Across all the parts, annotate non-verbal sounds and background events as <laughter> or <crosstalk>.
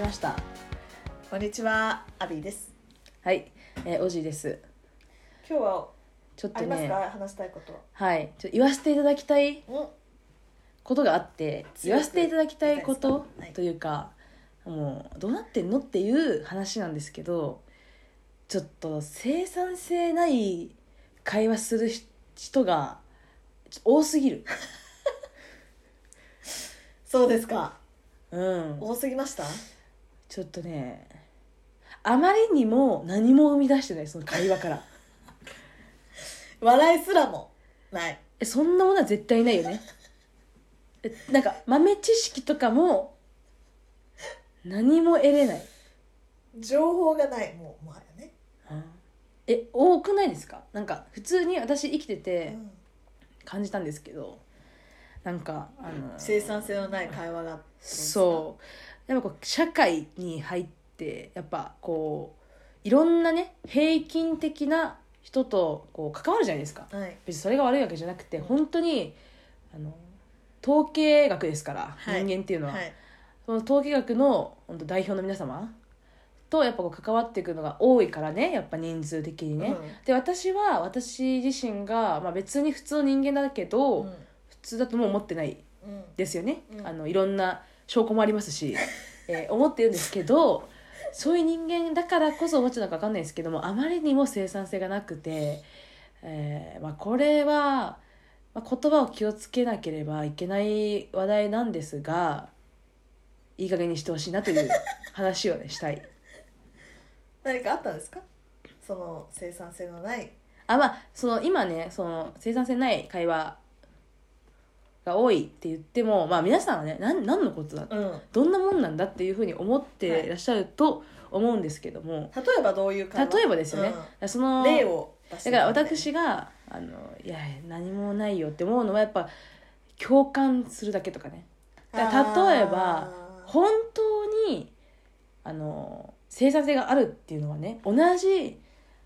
ましたこんにちは、アビーです。はい、えー、おじです今日はちょっあとりますねか、話したいことは。はいちょっと言わせていただきたいうん、ことがあって言強くわせていただきたいこ言いとたいですかはいというか、もうどうなってんのっていう話なんですけどちょっと生産性ない会話するひ人がちょ多すぎるそうですか。うん多すぎました。ちょっとねあまりにも何も生み出してないその会話から笑いすらもない。えそんなものは絶対ないよねえなんか豆知識とかも何も得れない情報がない、もう、もはやね。え多くないですかなんか普通に私生きてうてん感じたんですけどなんかあの生産性のない会話が。そうやっぱこう社会に入ってやっぱこういろんなね平均的な人とこう関わるじゃないですかうですか。はい。別にそれが悪いわけじゃなくて本当にあの統計学ですから、はい人間っていうのは、はい。その統計学の本当代表の皆様とやっぱこう関わっていくのが多いからねやっぱ人数的にね、うんで私は私自身が、まあ、別に普通の人間だけど、うん。普通だとも思ってないうん。ですよね、うんあのいろんな証拠もあります <laughs> し、えー思ってるんですけどそういう人間だからこそ思っちゃうのか分かんないですけどもあまりにも生産性がなくて、えーまあ、これは、まあ、言葉を気をつけなければいけない話題なんですがいい加減にしてほしいなという話をねした <laughs> い。何かあったんですか。その生産性のない。あまあその今ねその生産性ない会話が多いって言っても、まあ、皆さんはね何何のことだうん。どんなもんなんだっていうふうに思っていらっしゃると思うんですけども、例えば、どういう会話。例えばですよね、そのうん。例を出してだかみてら私が「あのいや何もないよ」って思うのはやっぱ共感するだけとかねだから例えばあー本当にあの生産性があるっていうのはね同じ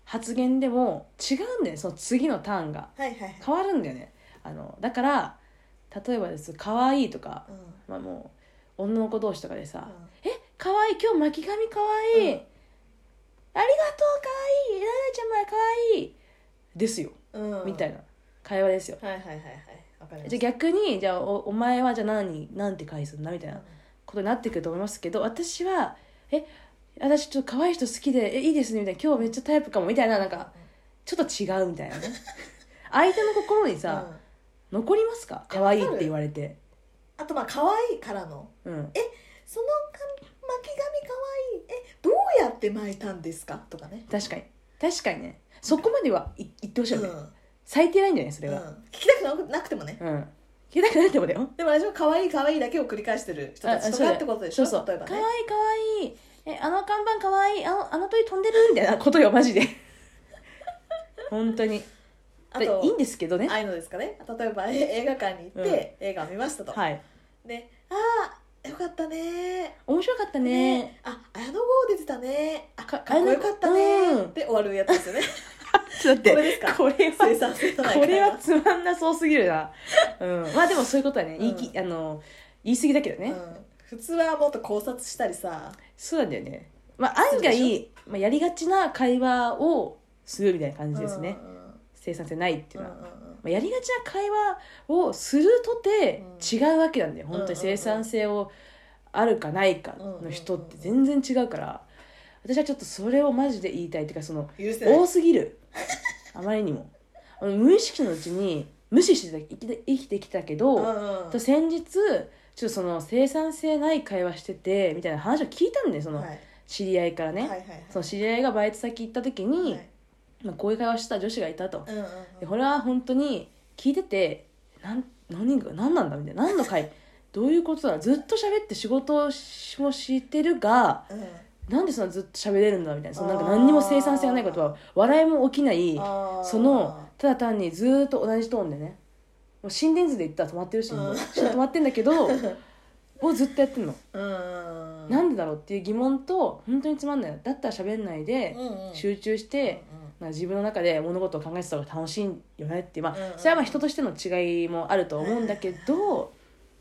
発言でも違うんだよねその次のターンがはいはいはい変わるんだよねあのだから例えばです可愛いとか、うんまあ、もう女の子同士とかでさ、うんかわいい今日巻き髪かわいい、うんありがとうかわいいななちゃんもかわいいですよ、うんみたいな会話ですよはいはいはいはいわかりまじゃあし逆にじゃあおお前はじゃあ何なんて返すんだみたいたなことになってくると思いますけど私はえ私ちょっと可愛い人好きでえいいですねみたいな今日めっちゃタイプかもみたいななんかちょっと違うみたいな <laughs> ね相手の心にさ、うん残りますかいや可愛いって言われてあとまあ可愛いからのうんそのか巻き髪可愛いえどうやって巻いたんですかとかね確かに確かにねそこまではい言ってほしいよね、うん最低ラインじゃないそれうんは、聞きたくなくてもねうん。聞きたくないってことだよ。でも私も可愛い可愛いだけを繰り返してる人たちとあかあってことでしそょうそう。か例わえいばいねかわいい。え、あの看板かわいい。あの、あの鳥飛んでるみたいなことよ、マジ <laughs> で。本当に。あでいいんとですけどねあ。あいうのですかね例えばえ映画館に行って映画見ましたとはい。でああよかったね面白かったね。あ綾野剛出てたねあかかっこよかった綾野ね剛で終わるやつですよね <laughs> ちょっとこれ待ですかこれ生は、産性のないこれ会話はつまんなそうすぎるな。うん。まあでもそういうことはね、言いき、あの、言い過ぎだけどね。うん、普通はもっと考察したりさそうなんだよね。まあ案外、まあ、やりがちな会話をするみたいな感じですね。うんうんうん生産性ないっていううんのうは。んうんまあやりがちな会話をするとてう違うわけなんだよ、本当に生産性をあるかないかの人って全然違うから私はちょっとそれをマジで言いたいっていうかその許せない多すぎるあまりにもあの無意識のうちに無視してた生きて生きてきたけど、うんうんと先日ちょっとその生産性ない会話しててみたいな話を聞いたんだよそのはい知り合いからね、はいはいはいその知り合いがバイト先行った時に、はいまあ、こういう会話してた女子がいたと。うんうんうんでこれは本当に聞いててなん何が何なんだみたいな何の回どういうことだずっと喋って仕事をしもしてるがうんなんでそんなずっと喋れるんだみたいなそのなんかあー何にも生産性がないことは笑いも起きないあーそのただ単にずーっと同じトーンでねもう心電図で言ったら止まってるしもううん止まってんだけ <laughs> どをずっとやってんの、うんうんうんなんでだろうっていう疑問と本当につまんないだったら喋んないでうんうん集中して、うんまあ自分の中で物事を考えてた方が楽しいよねっていう、まあうんうんうんそれはまあ人としての違いもあると思うんだけど、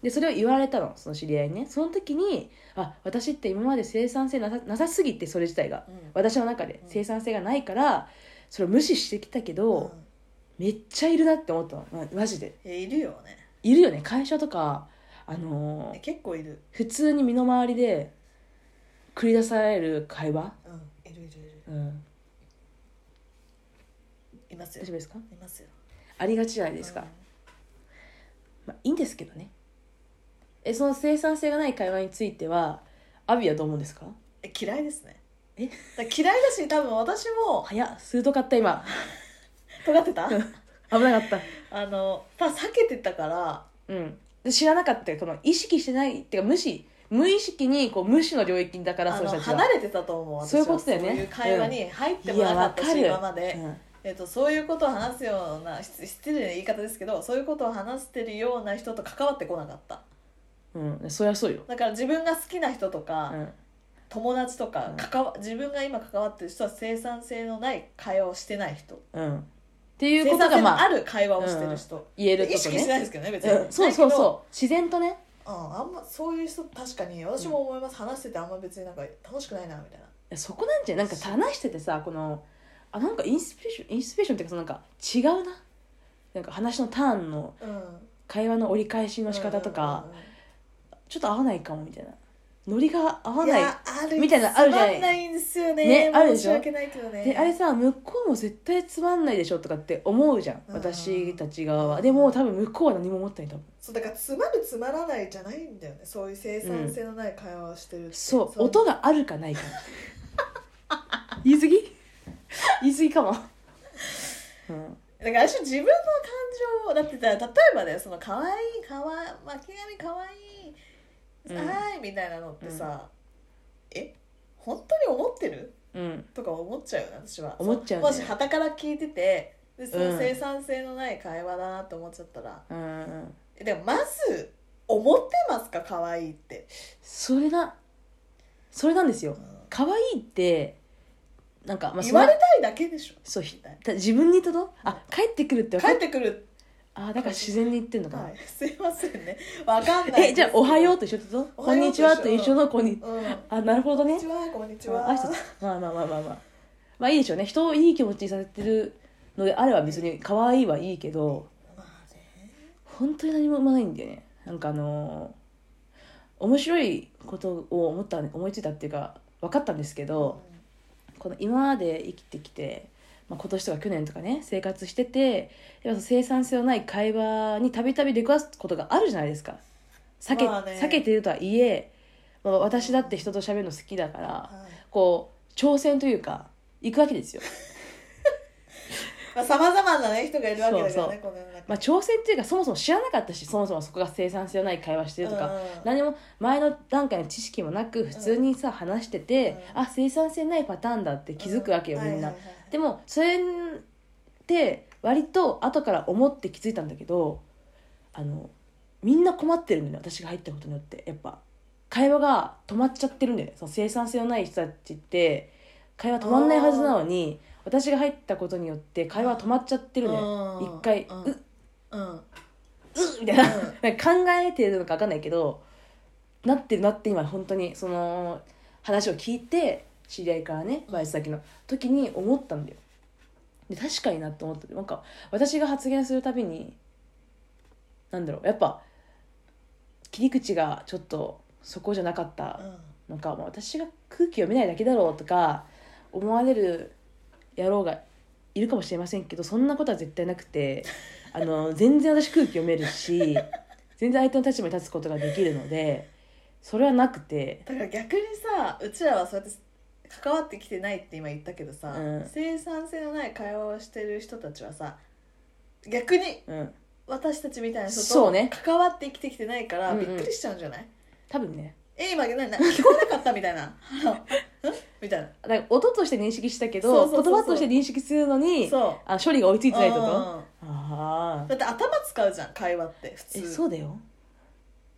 でそれを言われたのその知り合いにねその時にあ私って今まで生産性なさなさすぎてそれ自体がうん私の中でうん生産性がないからそれを無視してきたけど、めっちゃいるなって思ったのまマジでうんいるよねいるよね会社とかあのー結構いる普通に身の回りで繰り出される会話、うんいるいるいるうん、います大よ丈夫ですかいますよありがちじゃないですか、まあ、いいんですけどねえその生産性がない会話についてはアビはどう思うんですかえ嫌いですねえだから嫌いだし多分私も早っ鋭かった今尖ってた危なかったあのまあ避けてたからうんで知らなかったよこの意識してないっていうか無視無意識にこう無視の領域だからあそうのしたち離れてたと思う私そうはいうことだよねそういう会話に入ってもなかったし、いやわ今かまで、うんえっとそういうことを話すような失失礼な言い方ですけどそういうことを話してるような人と関わってこなかったうん、そりゃそうよ、だから自分が好きな人とうか、ん、友達とうかん関わ自分が今関わってる人は生産性のない会話をしてない人うん、っていう生こと産性がのまあある会話をしてる人、言えるって意こと識しねないですけどね別に、うん、そうそううそう自然とねああんまそういう人確かに私も思います、話しててあんま別になんか楽しくないなみたいなそこなんじゃないなんか話しててさこのあなんかインスピレーションインスピレーションっていうかそのなんか違うななんか話のターンのうん会話の折り返しの仕方とか、ちょっと合わないかもみたいなノリが合合わないるみたいなのあるじゃないつまんないんですよねねあるでし申しょ訳ないけどねであれさ向こうも絶対つまんないでしょとかって思うじゃんうん私たち側はでも多分向こうは何も思ってない多分そうだからつまるつまらないじゃないんだよねそういう生産性のない会話をしてるってそうい音があるかないか <laughs> 言い過ぎ言い過ぎかも、うん、だから私自分の感情をだって例えばねその可愛い可愛い巻き髪可愛い、うんはーいみたいなのってさ、え本当に思ってるうんとか思っちゃうよね私は思っちゃうねもし傍から聞いててでそうんの生産性のない会話だなと思っちゃったら、うんうんえでもまず思ってますか可愛いって、それなそれなんですようん可愛いってなんか、まあ、言われそのたいだけでしょそうひた自分にとどあ帰ってくるって分帰かってくるあだから自然に言ってんのかな、はい <laughs> すいませんねわかんないえじゃあ「おはよう」うと一緒ってこと「こおはんようにとち一緒は」と一緒の子にうんこんあなるほどねにちはこんにちはあ挨拶まあまあまあまあまあまあいいでしょうね人をいい気持ちにさせてるのであれば別に可愛いはいいけどまあね本当に何も生まないんだよねなんかあのー面白いことを思った思いついたっていうか分かったんですけどこの今まで生きてきて、まあ、今年とか去年とかね生活しててやっぱ生産性のない会話にたびたび出くわすことがあるじゃないですか避け,、まあね避けているとはいえ、まあ、私だって人と喋るの好きだからはいこう挑戦というか行くわけですよ、まあ、さまざまな、ね、人がいるわけだからねこの世の中まあ、挑戦というかそもそも知らなかったしそもそもそこが生産性のない会話してるとか、うん何も前の段階の知識もなく普通にさ話してて、うんあ生産性ないパターンだって気づくわけよ、うみんな、はいはいはいでもそれって割と後から思って気づいたんだけどあのみんな困ってるんだよね私が入ったことによってやっぱ会話が止まっちゃってるんだよねその生産性のない人たちって会話止まんないはずなのに私が入ったことによって会話止まっちゃってるねうん一回うんううんうんみたいななんか考えてるのか分かんないけどなってるなって今本当にその話を聞いて知り合いからねバイト先の時に思ったんだよで確かになって思ったなんか私が発言するたびになんだろうやっぱ切り口がちょっとそこじゃなかったなんかまあ私が空気読めないだけだろうとか思われる野郎がいるかもしれませんけどそんなことは絶対なく <laughs> てあの全然私空気読めるし全然相手の立場に立つことができるのでそれはなくてだから逆にさうちらはそうやって関わってきてないって今言ったけどさ、うん生産性のない会話をしてる人たちはさ逆にうん私たちみたいな人そうとね関わって生きてきてないからうんうびんっくりしちゃうんじゃない、多分ねえ今なな聞こえなかったみたいな <laughs> ん <laughs> みたいなだから音として認識したけそうどそうそうそう言葉として認識するのにそあ処理が追いつういてないってことうんああだって頭使うじゃん会話って普え通そうだよ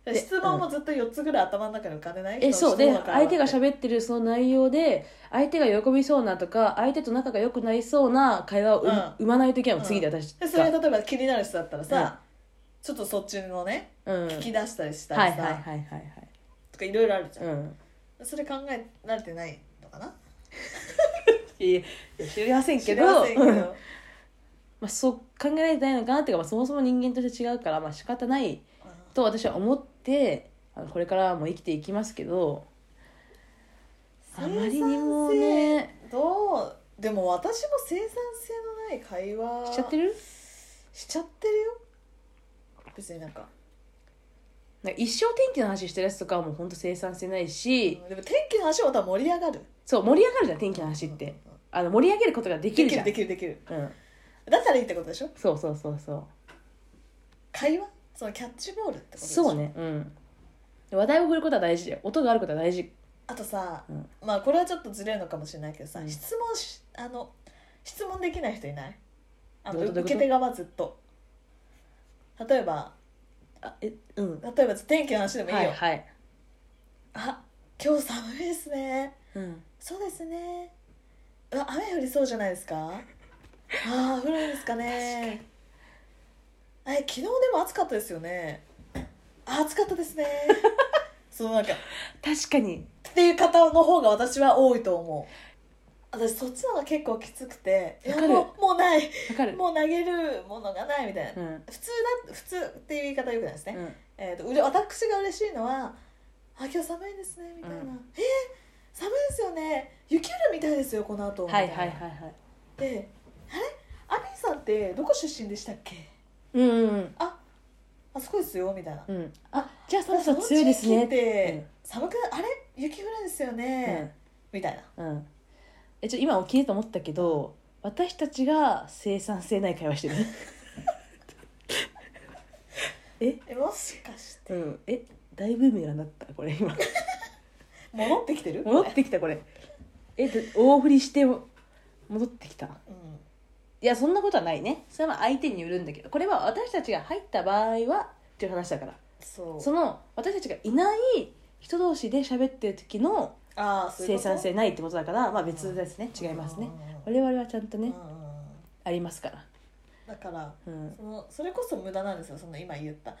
で質問もずっと4つぐらい頭の中に浮かんでないえそうで相手がる喋ってるその内容で相手が喜びそうなとか相手と仲が良くなりそうな会話をううん生まないといけないもんうん次で私でそれがが例えば気になる人だったらさ、ちょっとそっちのねうん聞き出したりしたはいらはいさ、はいはいはいとかいろいろあるじゃん、うんそれ考えられてないのかないやいや知りませんけ知どりませんけど、うんまあ、そう考えられてないのかなっていうか、まあ、そもそも人間として違うから、まあ仕方ないと私は思ってあのこれからも生きていきますけど <laughs> あまりにもねどうでも私も生産性のない会話しちゃってるしちゃってるよ別になんか、なんか一生天気の話してるやつとかはもうほんと生産性ないし、でも天気の話はまた盛り上がるそう盛り上がるじゃん天気の話って、あの盛り上げることがででききるじるゃんできるできるうん、だからいいってことでしょそうそうそうそう会話そのキャッチボールってことでしょそうねうん話題を振ることは大事だよ音があることは大事あとさ、うんまあこれはちょっとずれるのかもしれないけどさ、うん質問しあの質問できない人いないあどのういうこと受け手側ずっと例えばあえうん例えば天気の話でもいいよ、はいはいあ今日寒いですねうんそうですねうわ雨降りそうじゃない <laughs> ですかああ降るんですかねえ昨日でも暑かったですよねあ暑かったですね <laughs> そのなんか確かにっていう方の方が私は多いと思う私そっちの方が結構きつくていやわかるもうもうないわかるもう投げるものがないみたいな、うん普通だ普通っていう言い方よくないですね、うんえー、とうれ私が嬉しいのは「あ今日寒いですね」みたいな「うんえー寒いですよね雪降るみたいですよこの後みはたいいなはいはいはいで「あれアビーさんってどこ出身でしたっけうんうんああそこですよ」みたいな「うんあじゃあそそのろそろ強いです地域ねっうてん寒くあれ雪降るんですよね」みたいなうんうんえちょ今起きると思ったけど私たちが生産性ない会話してるええもしかし <laughs> てうんえ大ブーメランだったこれ今戻ってきてる戻ってきたこれえで大振りして戻ってきたうんいやそんなことはないねそれは相手によるんだけどこれは私たちが入った場合はっていう話だからそうその私たちがいない人同士で喋ってる時のああそういう生こと産性ないってことだからまあ別ですね違いますねうん我々はちゃんとうんねうんうんありますからだからうんそのそれこそ無駄なんですよその今言った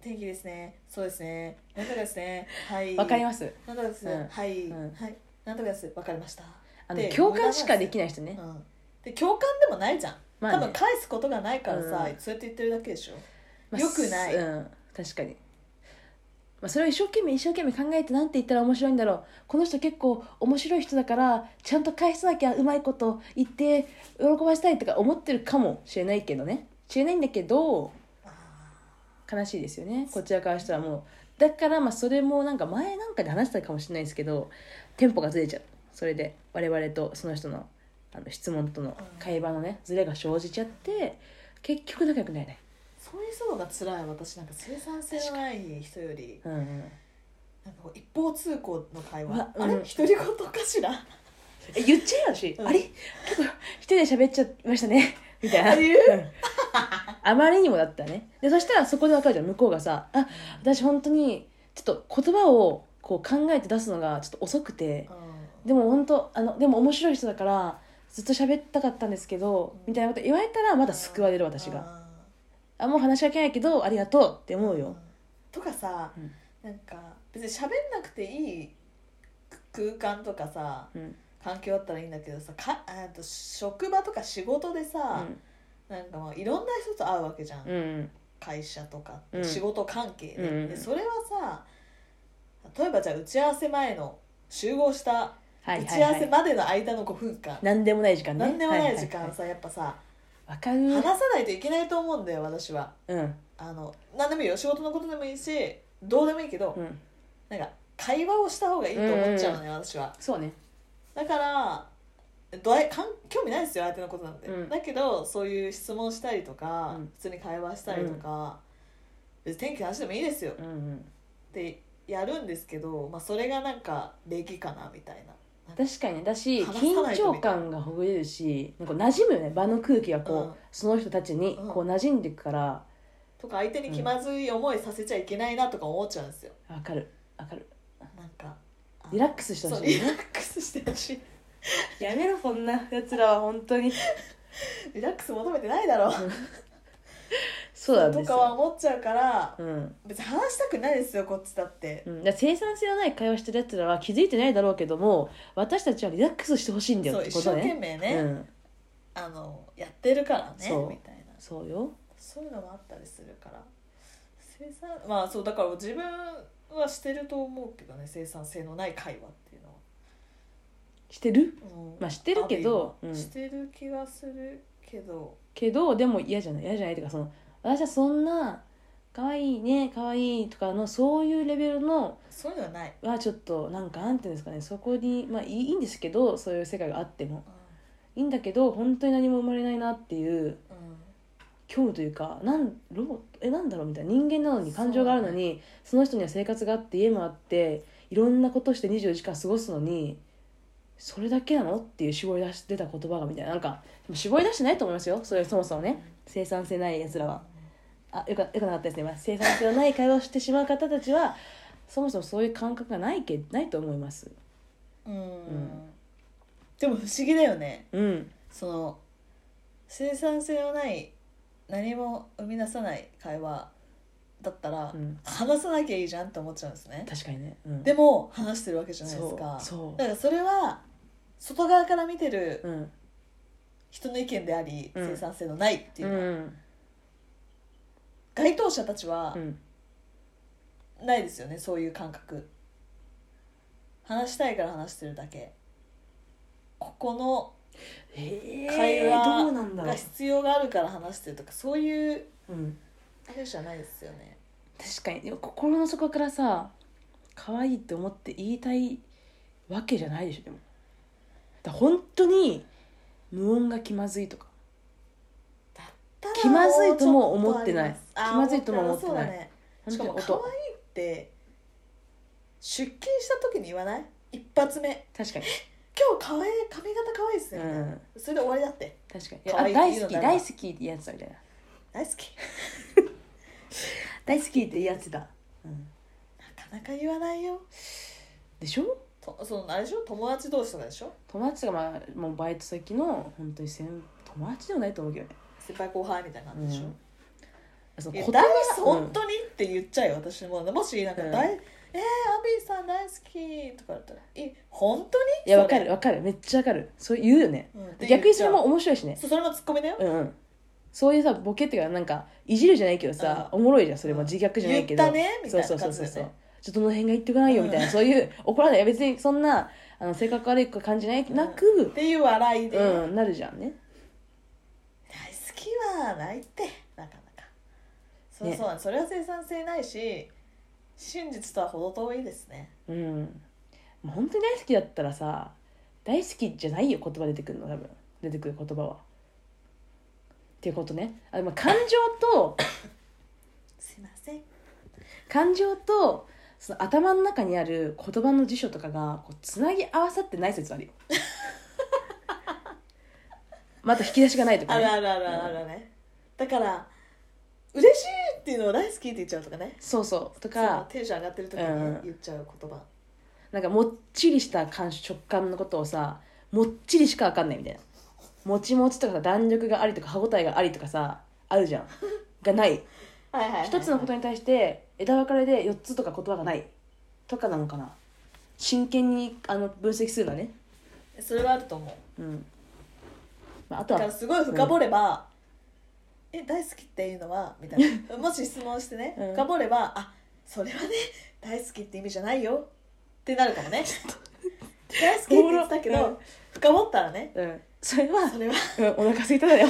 天気ですねそうですねなんとかですねはいわかりますなんとかですね、うんはい、うんはいなんとかですわかりましたあので共感しかできない人うねんで共感でもないじゃん、まあね多分返すことがないからうさ、んそうやって言ってるだけでしょまあ良くないうん確かにまあそれを一生懸命一生懸命考えてなんて言ったら面白いんだろうこの人結構面白い人だからちゃんと返さなきゃうまいこと言って喜ばしたいとか思ってるかもしれないけどね知れないんだけど悲しいですよねこちらからしたらもうだからまあそれもなんか前なんかで話したかもしれないですけどテンポがずれちゃうそれで我々とその人のあの質問との会話のねずれが生じちゃって結局仲良くなれない、そういう人のが辛い私なんか生産性のない人よりうんうん、なんかこう一方通行の会うわ話、うんあれ独り言か <laughs> しらえ言っちゃうよし、うんあれ結構一人で喋っちゃいました <laughs> ねみたいなあ言ううんあまりにもだったらねでそしたらそこで分かるじゃん向こうがさ「あ私本当にちょっと言葉をこう考えて出すのがちょっと遅くてうでも本当あのでも面白い人だからずっと喋ったかったんですけど」みたいなこと言われたらまだ救われる私がが「あもう話しかけないけどありがとう」って思うよとかさ、うんなんか別に喋んなくていい空間とかさうん環境だったらいいんだけどさかあと職場とか仕事でうさ、んなんかもういろんな人と会うわけじゃん、うん会社とか、うん仕事関係で,、うんでそれはさ例えばじゃあ打ち合わせ前の集合したは打いちはい合わはせいまでの間の5分間、何でもない時間ねなんでもない時は間はさやっぱさいわかる話さないといけないと思うんだよ私はうんあの何でもいいよ仕事のことでもいいしどうでもいいけど、うんなんか会話をした方がいいと思っちゃうのね、私はそうねだからどあいかん興味ないですよ相手のことなんて、うんだけどそういう質問したりとか、うん普通に会話したりとか、別に天気の話でもいいですよっうんうんてやるんですけど、まあ、それがなんか礼儀かなみたいな確かにねだし話さない緊と張ね感がほぐれるしなんか馴染むよね場の空気がこう、うんその人たちにこう馴染んでいくからとか相手に気まずい思いさせちゃいけないなとか思っちゃうんですよわかるわかるなんかあリラックスしてほそうしいリラねックスしてほしい <laughs> やめろこんなやつらは本当にリラックス求めてないだろう <laughs> そうなんとですかはよ、思っちゃうからうん別に話したくないですよこっちだってうん、だから生産性のない会話してるやつらは気づいてないだろうけども私たちはリラックスしてほしいんだよそっうて一こと生懸ね命ね、うん、あのやってるからねそうみたいなそうよそういうのもあったりするから生産まあそうだから自分はしてると思うけどね生産性のない会話っていうのは、してるうんまあしてるけどある意味うんしてる気がするけどけどでも嫌じゃない嫌じゃないっていうかその私はそんな可愛いね可愛いとかのそういうレベルのそういうのはない、はちょっとなんかなんていうんですかねそこにまあいいいいんですけどそういう世界があってもいいんだけど本当に何も生まれないなっていううん虚無というかなんロボットえなんだろうみたいな人間なのに感情があるのにそ,、の人には生活があって家もあっていろんなことして24時間過ごすのにそれだけなのっていう絞り出してた言葉がみたいななんかでも絞り出してないと思いますよそれそもそもね生産性ないやつらはあよかよくなかったですね、まあ、生産性のない会話をしてしまう方たちはそもそもそういう感覚がないけないと思いますうんうんでも不思議だよねうんその生産性のない何も生み出さない会話だったら、うん話さなきゃいいじゃんって思っちゃうんですね確かにね、うん、でも話してるわけじゃないですそかうそうだからそれは外側から見てるうん人の意見であり、うん生産性のないっていううのは、ん該当者たちはうんないですよねそういう感覚話したいから話してるだけここのへ会え話どうなんだろがう、必要があるから話してるとかそういううん、あれじゃないですよね確かにでも心の底からさ可愛いって思って言いたいわけじゃないでしょでもだから本当に無音が気まずいとかただ気まずいとも思ってないもうちょ気まずいっとありすとも思ってないあーそうだねしかも本可当に音愛いって出勤した時に言わない一発目確かに今日可愛い髪型可愛いっすね、うんそれで終わりだって確かに可愛いあ大言好うきのなら大好きってやつだみたいな大好き大好きってやつだ、うん、なかなか言わないよでしょとそのあれでしょ友達同士とかでしょ友達が、まあ、もうバイト先の本当に先友達でもないと思うけどね先輩後輩みたいな感じでしょ、そいやの大言葉好き本当にって言っちゃうよ私ももしなんかうん大、えー、アビーさん大好きとかだったら「い本当に?そいれ」やわかるわかるめっちゃわかるそう言うよねうんって言っちゃう逆にそれも面白いしねそうそれもツッコミだよ、うんうんそういうさボケっていうかなんかいじるじゃないけどさ、おもろいじゃんそれもうん自虐じゃないけど、言ったねみたいなそうそうそう感じだそうよねちょっとどの辺が言ってこないよみたいな、うんそういう怒らないいや別にそんなあの性格悪い感じない、なっくていう笑いで、うんなるじゃんね大好きはないってなかなかそうねそう、それは生産性ないし真実とは程遠いですねうんもう本当に大好きだったらさ大好きじゃないよ言葉出てくるの多分出てくる言葉はっていうことねあまあ感情と <coughs> すいません感情とその頭の中にある言葉の辞書とかがこうつなぎ合わさってない説あ <laughs> るよまた引き出しがないとかあるねあるあるあるあるね、だから嬉しいっていうのを大好きって言っちゃうとかねそうそうとそうかテンション上がってる時にうん言っちゃう言葉、なんかもっちりした感触食感のことをさもっちりしか分かんないみたいなもちもちとかさ弾力がありとか歯応えがありとかさあるじゃんがないはいはいはい一つのことに対して枝分かれで4つとか言葉がないとかなのかな真剣にあの分析すればねそれはあると思ううん、まあ、あとだからはすごい深掘れば、え大好きっていうのはみたい <laughs> なもし質問してね、うん深掘ればあそれはね大好きって意味じゃないよってなるか <laughs> もね大好きって言ってたけおもろうど深掘ったらねうんそれはそ <laughs> れはうん、お腹すいただよ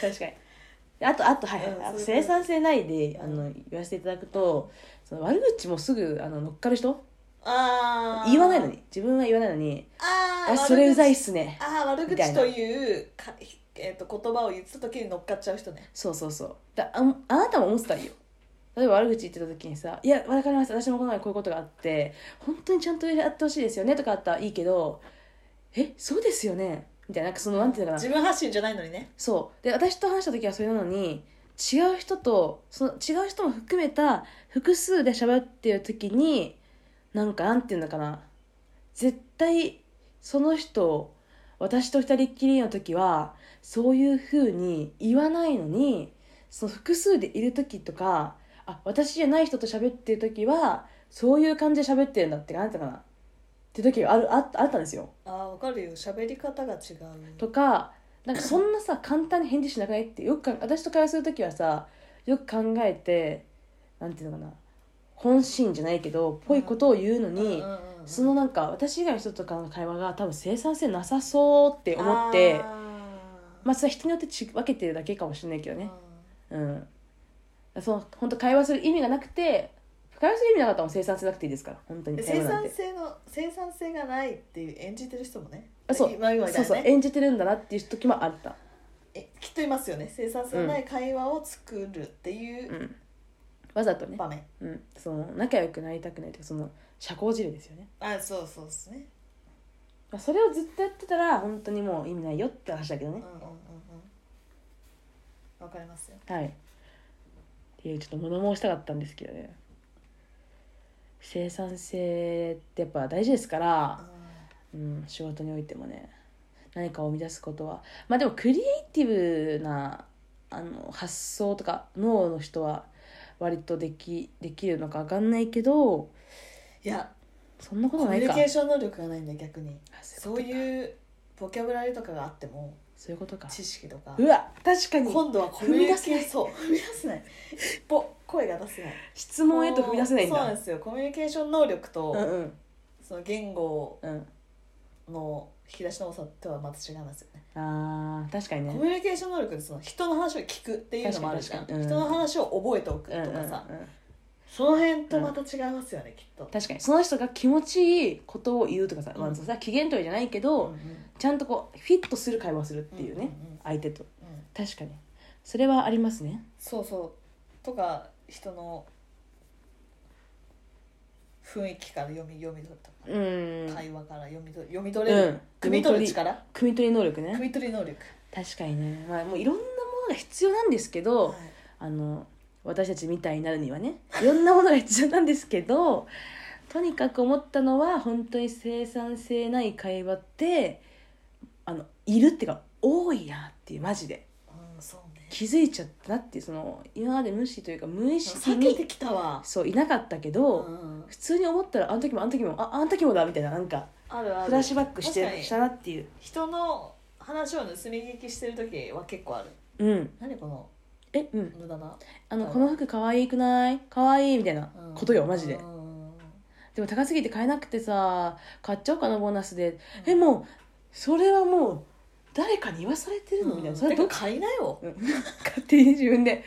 確かにあとあとはいはい、うんあとそう生いうこと産性ないでうんあの言わせていただくとその悪口もすぐあの乗っかる人あー言わないのに自分は言わないのに「ああーそれうざいっ悪口すねあー悪みたい口なというか、えー、と言葉を言ってた時に乗っかっちゃう人ね」そうそうそうだああなたも思ってたらいいよ例えば悪口言ってた時にさ「いやわかります私もこの前こういうことがあって本当にちゃんとやってほしいですよね」とかあったらいいけど「えそうですよね」みたいななんかそのなんていうのかな自分発信じゃないのにねそうで私と話した時はそれなのに違う人とその違う人も含めた複数で喋ってる時になんかなんていうのかな絶対その人私と二人っきりの時はそういうふうに言わないのにその複数でいる時とかあ私じゃない人と喋ってる時はそういう感じで喋ってるんだってなんていうのかなって時があるああったんですよ。ああわかるよ喋り方が違うとかなんかそんなさ簡単に返事しなくないってよくかん私と会話する時はさよく考えてなんていうのかな本心じゃないけどぽいことを言うのに、うんうんうんそのなんか私以外の人とかの会話が多分生産性なさそうって思ってあーまあそれは人によってち分けてるだけかもしれないけどねううんその本当会話する意味がなくて会話する意味なかったらもう生産性なくていいですから本当んにで会生話なん産て性の生産性がないっていう演じてる人もねあそう今今みたいそうなそうね演じてるんだなっていう時もあったえきっといますよね生産性のない会話を作るっていううんわざとね場面、うんその仲良くなりたくないというかその社交辞令ですよねあそうそうですねまあそれをずっとやってたら本当にもう意味ないよって話だけどうねんうんうんうんわかりますよはい。っていうちょっと物申したかったんですけどね。生産性ってやっぱ大事ですから、うん、仕事においてもね何かを生み出すことはまあでもクリエイティブなあの発想とか脳の人は割とできできるのか分かんないけどいやそんなこコとなミュいニかケーション能力がないんで逆にあそそうういうことかいうボキャブラリーとかがあってもそういうことか知識とかうわ確かに今度はコミュニケーションそう踏み出せない一歩声が出せない質問へと踏み出せないんそうなんだですよコミュニケーション能力と、うんうんその言語うんの引き出しの多さとはまた違いますよねあー確かにねコミュニケーション能力ってその人の話を聞くっていうのもあるじゃん、確かに確か人にうんの話を覚えておくとうんうんうかさ、んその辺とまた違いますよね、きっと、確かにその人が気持ちいいことを言うとかさ、まうあ、んさ機嫌取りじゃないけど、ちゃんとこうフィットする会話をするっていうね、うんうんうん相手とうん確かにそれはありますねそうそうとか人の雰囲気から読み読み取るとか、うん会話から読み取読み取れうる、ん汲み取る力汲み取り能力ね汲み取り能力、確かにね、まあ、もういろんなものが必要なんですけど、はいあの私たちみたいになるにはねいろんなものが必要なんですけど <laughs> とにかく思ったのは本当に生産性ない会話ってあのいるっていうか多いなっていうマジでうんそうね気づいちゃったなっていうその今まで無視というか無意識避けてにきたわ、そういなかったけうど、ん、普通に思ったらあの時もあの時もああの時もだみたいななんかあるあるフラッシュバックし確かてにしたなっていう人の話を盗み聞きしてる時は結構あるうん何このえうん無駄なあのこの服可愛くない可愛いみたいなうんことよマジでうんでも高すぎて買えなくてさ買っちゃおうかなボーナスでうんえもうそれはもう誰かに言わされてるのみたいなそれてはどかっか買いなよ、勝手に自分で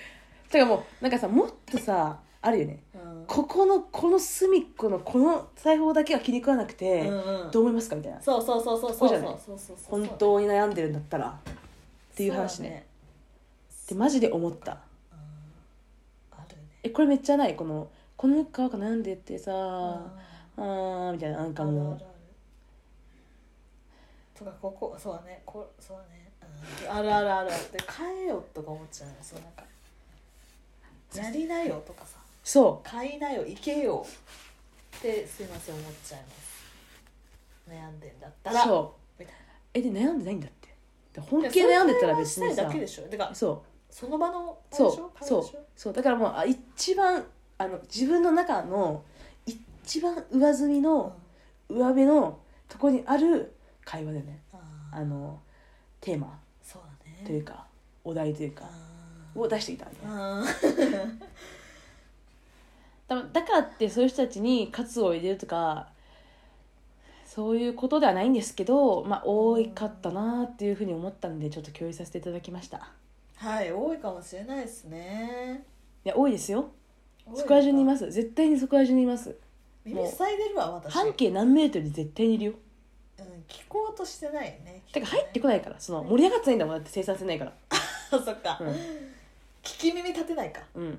だからもうなんかさもっとさあるよねうんここのこの隅っこのこの裁縫だけは気に食わなくて、うんうんどう思いますかみたいなそうそうそうそうここそうじそゃなういそうそうそう本当に悩んでるんだったらっていう話ねってマジで思ったそうだねうんあるねえこれめっちゃないこのこの服買おうか悩んでってさ、ああーみたいななんかもうとかここそうだねこそうだね、うん、あるあるあるで買えよとか思っちゃうのそうなんかやりなよとかさそ買いなよ行けよってすいません思っちゃいます悩んでんだったうらそうみたいえで悩んでないんだってで本気で悩んでたら別にいやそされ会話したいだけでしょてかそうその場のあれでしそょうそうそうだからもうあ一番あの自分の中の一番上積み会話でしょの上辺のとこにある会話だよねうんあーあのテーマそうだねというかお題というかあーを出していたみたいなあ多分だからってそういう人たちに喝を入れるとかそういうことではないんですけど、まあ、多かったなっていうふうに思ったんでちょっと共有させていただきましたーはい多いかもしれないですねいや多いですよそこら中にいますす絶対にそこら中にいます耳塞いでるわ私半径何メートルで絶対にいるようん、聞こうとしてないよねてか入ってここないからその盛り上がってないんだもんだって生産性ないからない <laughs> そっか、うん聞き耳立てないか、うんうん、そ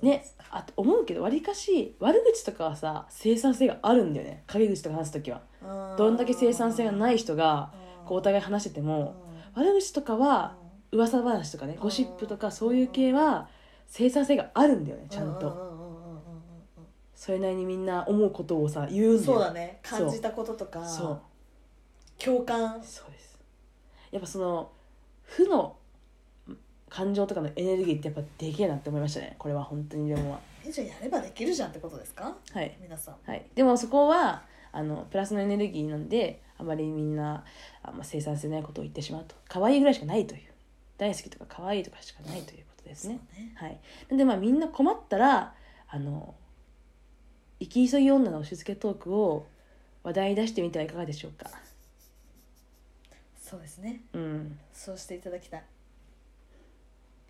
うでねすかあと思うけどわりかし悪口とかはさ生産性があるんだよね陰口とか話す時はどんだけ生産性がない人がこうお互い話してても悪口とかは噂話とかねゴシップとかそういう系は生産性があるんだよねちゃんととそれなりにみんな思うことをさ言うんだよそうだね感じたこととかそう共感そうですやっぱその負の感情とかのエネルギーってやっぱでけえなって思いましたねこれは本当にでもえじゃあやればできるじゃんってことですかはい、皆さんはい、でもそこはあのプラスのエネルギーなんであまりみんなあんま生産性ないことを言ってしまうと可愛いぐらいしかないという大好きとか可愛いとかしかないということですねそうねはい、なんでまあみんな困ったらあの生き急ぎ女のしつけトークを話題に出してみてはいかがでしょうかそうですねうんそうしていただきたいっ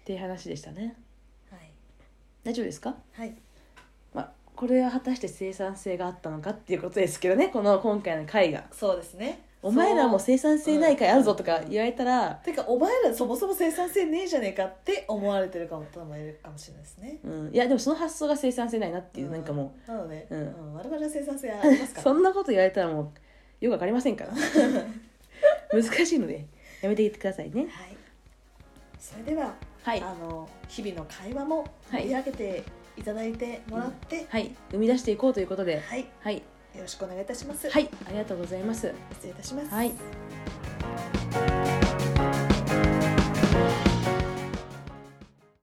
ていう話でしたねはい大丈夫ですか、はいまあ、これは果たして生産性があったのかっていうことですけどねこの今回の回がそうですね「お前らもそう生産性ない回あるぞ」とか言われたら、てかお前らそもそも生産性ねえじゃねえかって思われてるかも多分いるかもしれないですねうん、いやでもその発想が生産性ないなっていう、なんかもうなので、うんうん、我々は生産性ありますうか <laughs> らそんなこと言われたらもうよくわかりませんから <laughs> 難しいのでやめていってくださいねはいそれでは、はいあの日々の会話もは盛いり上げていただいてもらって、はい生み出していこうということではい、はいよろしくお願いいたします。はい、ありがとうございます。失礼いたします。はい